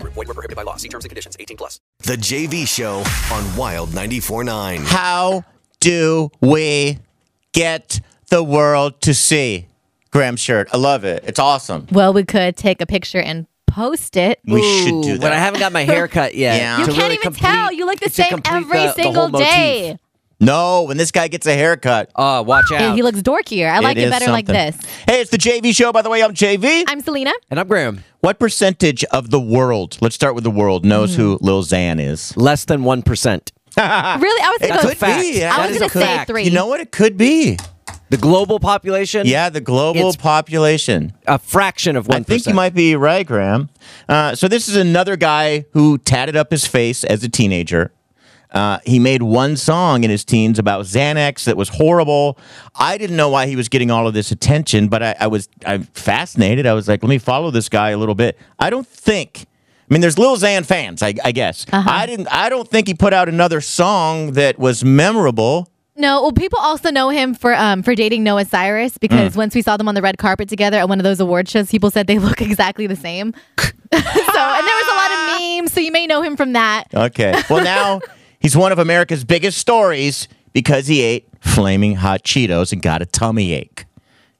Group. Void were prohibited by law. See terms and conditions. 18 plus. The JV Show on Wild 94.9. How do we get the world to see Graham's shirt? I love it. It's awesome. Well, we could take a picture and post it. We should do But I that. haven't got my hair cut yet. Yeah. You to can't even tell. You look the same every single day. no, when this guy gets a haircut, Uh, watch out. And he looks dorkier. I like it, is better like something. this. Hey, it's the JV Show. By the way, I'm JV. I'm Selena. and I'm Graham. what percentage of the world? Let's start with the world. Knows Hmm. who Lil Xan is? Less than 1%. Really? I was It gonna go could fact. be. I I That was is gonna a say fact. three. You know what? It could be. The global population? Yeah, the global It's- population. A fraction of 1%. I think you might be right, Graham. Uh, so this is another guy who tatted up his face as a teenager. Uh, he made one song in his teens about Xanax that was horrible. I didn't know why he was getting all of this attention, but I, I was I'm fascinated. I was like, let me follow this guy a little bit. I don't think. I mean, there's Lil Xan fans, I, I guess. I didn't. I don't think he put out another song that was memorable. No, well, people also know him for um for dating Noah Cyrus because Mm. once we saw them on the red carpet together at one of those award shows, people said they look exactly the same. so and there was a lot of memes, so you may know him from that. Okay. Well, now he's one of America's biggest stories because he ate flaming hot Cheetos and got a tummy ache.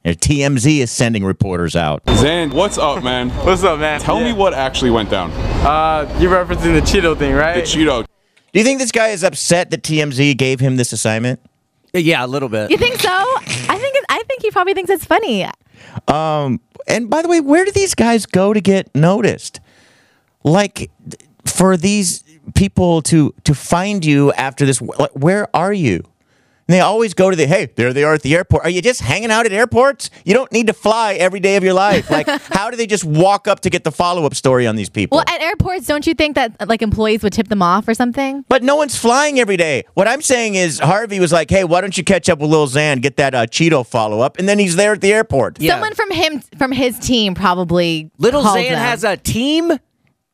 And TMZ is sending reporters out. Zan, what's up, man? What's up, man? Tell me what actually went down. Uh, you're referencing the Cheeto thing, The right? Cheeto. Do you think this guy is upset that TMZ gave him this assignment? Yeah, a little bit. You think so? I think it's, I think he probably thinks it's funny. And by the way, where do these guys go to get noticed? Like th- for these people to to find you after this, wh- like, where are you? And they always go to the hey, there they are at the airport. Are you just hanging out at airports? You don't need to fly every day of your life. Like, how do they just walk up to get the follow up story on these people? Well, at airports, don't you think that like employees would tip them off or something? But no one's flying every day. What I'm saying is Harvey was like, "Hey, why don't you catch up with Lil Xan, get that uh, Cheeto follow up, and then he's there at the airport." Yeah. Someone from him from his team probably. Little called Zan them. has a team.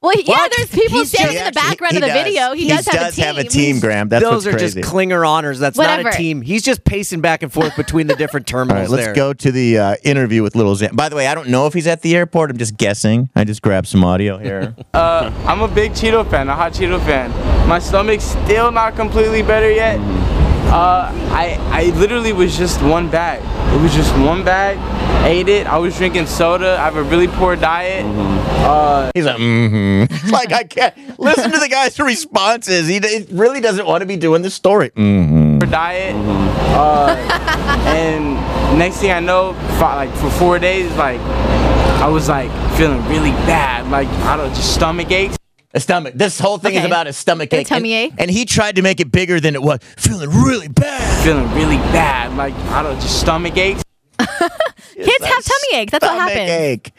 Well, he- yeah. What? There's people He's standing just- in the background he- of the he does. video. He, He does, does have a team, Graham. That's Those what's are crazy. just clinger honors. That's not Whatever. a team. He's just pacing back and forth between the different terminals All right, let's there. go to the uh, interview with Little Xan. By the way, I don't know if he's at the airport. I'm just guessing. I just grabbed some audio here. Uh, I'm a big Cheeto fan, a hot Cheeto fan. My stomach's still not completely better yet. Uh, I I literally was just one bag. It was just one bag. Ate it. I was drinking soda. I have a really poor diet. Uh, he's like, mm-hmm. It's like I can't listen to the guy's responses. He d- he really doesn't want to be doing this story. Mm-hmm. poor diet. Uh, and next thing I know, fi- like for four days, like I was like feeling really bad. Like I don't just stomach aches. A stomach. This whole thing is Okay. about a stomach A ache. tummy and, ache. And he tried to make it bigger than it was. Feeling really bad. feeling really bad. Like I don't just stomach aches. Kids have tummy aches. That's what stomach happens. ache.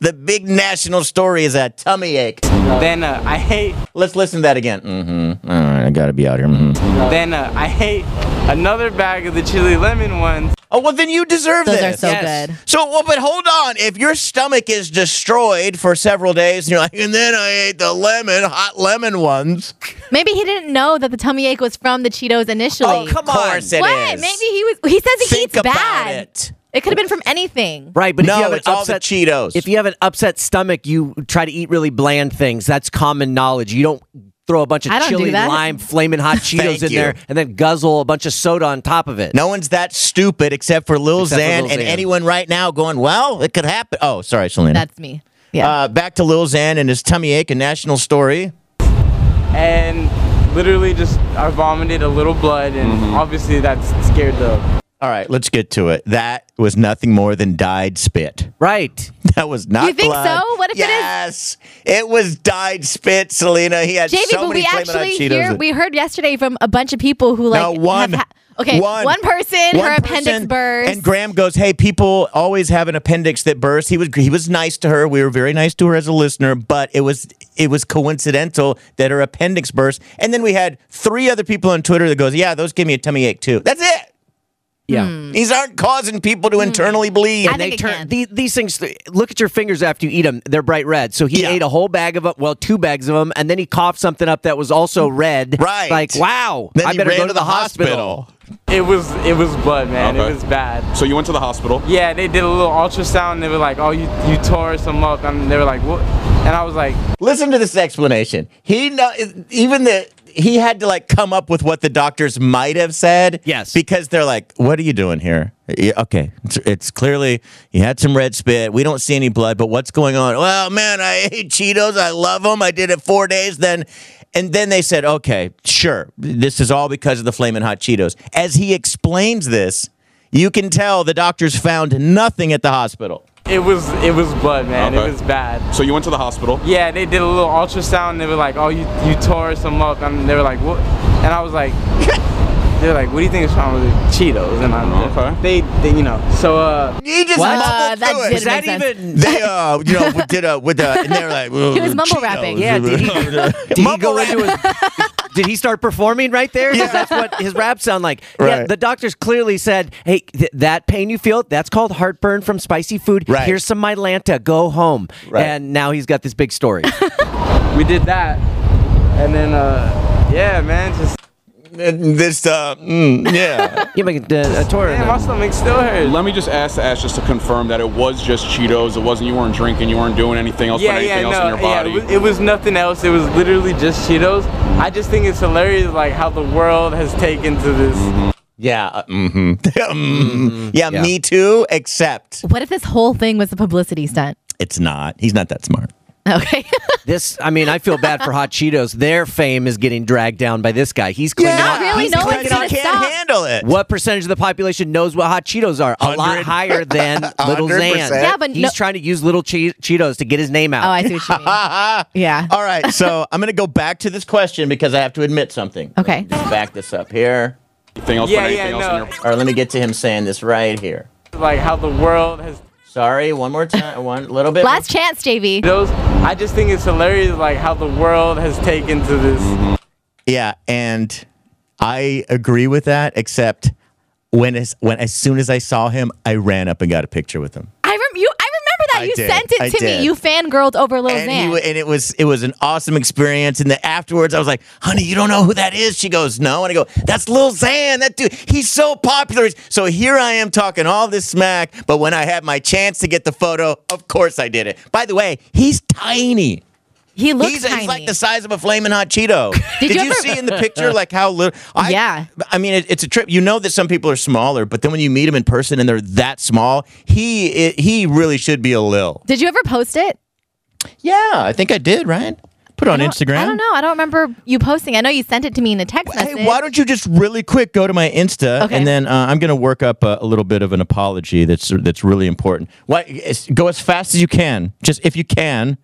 The big national story is that tummy ache. Then uh, I hate. Let's listen to that again. Mm-hmm. All right, I gotta be out here. Mm-hmm. Then uh, I hate another bag of the chili lemon ones. Oh well, then you deserve Those are this. so Yes. good. So, well, but hold on. If your stomach is destroyed for several days, and you're like, and then I ate the lemon, hot lemon ones. Maybe he didn't know that the tummy ache was from the Cheetos initially. Oh, come Of course on. it what? is. Maybe he was. He says he Think eats about bad. it. could have been from anything. Right, but if you No, have an it's all the upset- Cheetos. If you have an upset stomach, you try to eat really bland things. That's common knowledge. You don't throw a bunch of I don't do chili, that. lime, flaming hot Cheetos Thank in you. there, and then guzzle a bunch of soda on top of it. No one's that stupid except for Lil Except for Xan Lil and Xan. anyone right now going, well, it could happen. Oh, sorry, Selena. That's me. Yeah. uh, back to Lil Xan and his tummy ache, a national story. And literally just I vomited a little blood, and Mm-hmm. obviously that's scared the. All right, let's get to it. That was nothing more than dyed spit. Right. That was not. You think blood. so? What if it yes, is? it is? Yes, it was dyed spit, Selena. He had JV, so but many we flamin' hot actually Cheetos. hear, we heard yesterday from a bunch of people who like no one. have ha- okay, one, person, One her appendix person. burst. And Graham goes, "Hey, people always have an appendix that bursts." He was he was nice to her. We were very nice to her as a listener, but it was it was coincidental that her appendix burst. And then we had three other people on Twitter that goes, yeah, those give me a tummy ache too. That's it. Yeah. These aren't causing people to internally bleed. Hmm. Mm. I They think it turn can. these, these things. Look at your fingers after you eat them; they're bright red. So he Yeah. ate a whole bag of them, well, two bags of them, and then he coughed something up that was also red. Right. Like, wow! Then I he better ran go to the hospital. It was it was blood, man. Okay. It was bad. So you went to the hospital. Yeah, they did a little ultrasound. And they were like, "Oh, you you tore some up," and they were like, "What?" And I was like, Listen to this explanation. He no, even the he had to like come up with what the doctors might have said. Yes. because they're like, "What are you doing here?" Yeah, okay, it's, it's clearly you had some red spit. We don't see any blood, but what's going on? Well, man, I ate Cheetos. I love them. I did it four days. Then, and then they said, "Okay, sure, this is all because of the flaming hot Cheetos." As he explains this, you can tell the doctors found nothing at the hospital. "It was it was blood, man. Okay. It was bad." So you went to the hospital. Yeah, they did a little ultrasound. And they were like, "Oh, you you tore some up," and they were like, "What?" And I was like, "They're like, what do you think is wrong with the Cheetos?" And I'm Okay. they, they you know so uh He just What? mumbled Uh, through that it. did Is that make sense. even? They uh, you know, did uh, with the and they're like, He was mumble rapping. Yeah. Did he, did he Mumble go rap. into his? Did he start performing right there? 'Cause That's what his rap sound like. Yeah, Right. the doctors clearly said, "Hey, th- that pain you feel, that's called heartburn from spicy food. Right. Here's some Mylanta. Go home." Right. And now he's got this big story. we did that and then uh yeah man just And this uh, mm, yeah, you make a, a tour. man my stomach still hurts Let me just ask the Ash just to confirm that it was just Cheetos. It wasn't you weren't drinking. You weren't doing anything else but anything else in your yeah, body. it was, it was nothing else. It was literally just Cheetos. I just think it's hilarious, like how the world has taken to this. yeah, uh, mm-hmm. Mm-hmm. mm yeah, Yeah. Me too. Except What if this whole thing was a publicity stunt? it's not. He's not that smart. Okay. This, I mean, I feel bad for Hot Cheetos. Their fame is getting dragged down by this guy. He's clinging Yeah. on. Really? He's No like, one's I gonna can't stop. handle it. What percentage of the population knows what hot Cheetos are? A lot 100. higher than Little Xan. 100%. Yeah, but he's no- trying to use Little che- Cheetos to get his name out. Oh, I see what you mean. yeah. All right, so I'm gonna go back to this question because I have to admit something. Okay. Just back this up here, anything else Yeah, but anything yeah, else no. in your or let me get to him saying this right here. Like how the world has Sorry, one more time, one little bit. Last chance, JV. Cheetos. I just think it's hilarious, like how the world has taken to this. Mm-hmm. Yeah, and I agree with that, except when as when as soon as I saw him, I ran up and got a picture with him, I rem- you. I remember that I you did. sent it I to did. me. You fangirled over Lil and, he, Xan. wa- and it was it was an awesome experience. And then afterwards, I was like, "Honey, you don't know who that is?" She goes, "No," and I go, "That's Lil Xan. That dude, he's so popular." So here I am talking all this smack, but when I had my chance to get the photo, of course I did it. By the way, he's tiny. he looks He's, tiny. he's like the size of a flaming hot Cheeto. Did, you you, ever- see in the picture like how little? I, Yeah. I mean, it, it's a trip. You know that some people are smaller, but then when you meet him in person and they're that small, he it, he really should be a lil. Did you ever post it? Yeah, I think I did. Right? Put it on I don't- Instagram. I don't know. I don't remember you posting. I know you sent it to me in a text message. Hey, why don't you just really quick go to my Insta Okay. and then uh, I'm going to work up a, a little bit of an apology that's that's really important. Why it's- go as fast as you can, just if you can,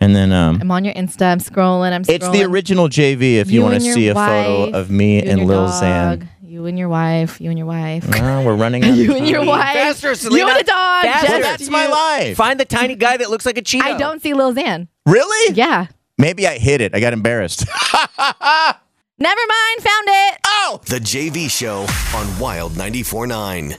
and then um, I'm on your Insta. I'm scrolling. I'm scrolling. it's the original JV. If you, want to and your see a wife, photo of me you and, your Lil dog, Xan. You and your wife. You and your wife. Oh, we're running out you of and your time. wife. Faster, you Selena. and the dog. Faster. Jess, Well, That's you. my life. Find the tiny guy that looks like a Cheeto. I don't see Lil Xan. Really? Yeah. Maybe I hid it. I got embarrassed. Never mind. Found it. Ah. The JV Show on Wild 94.9.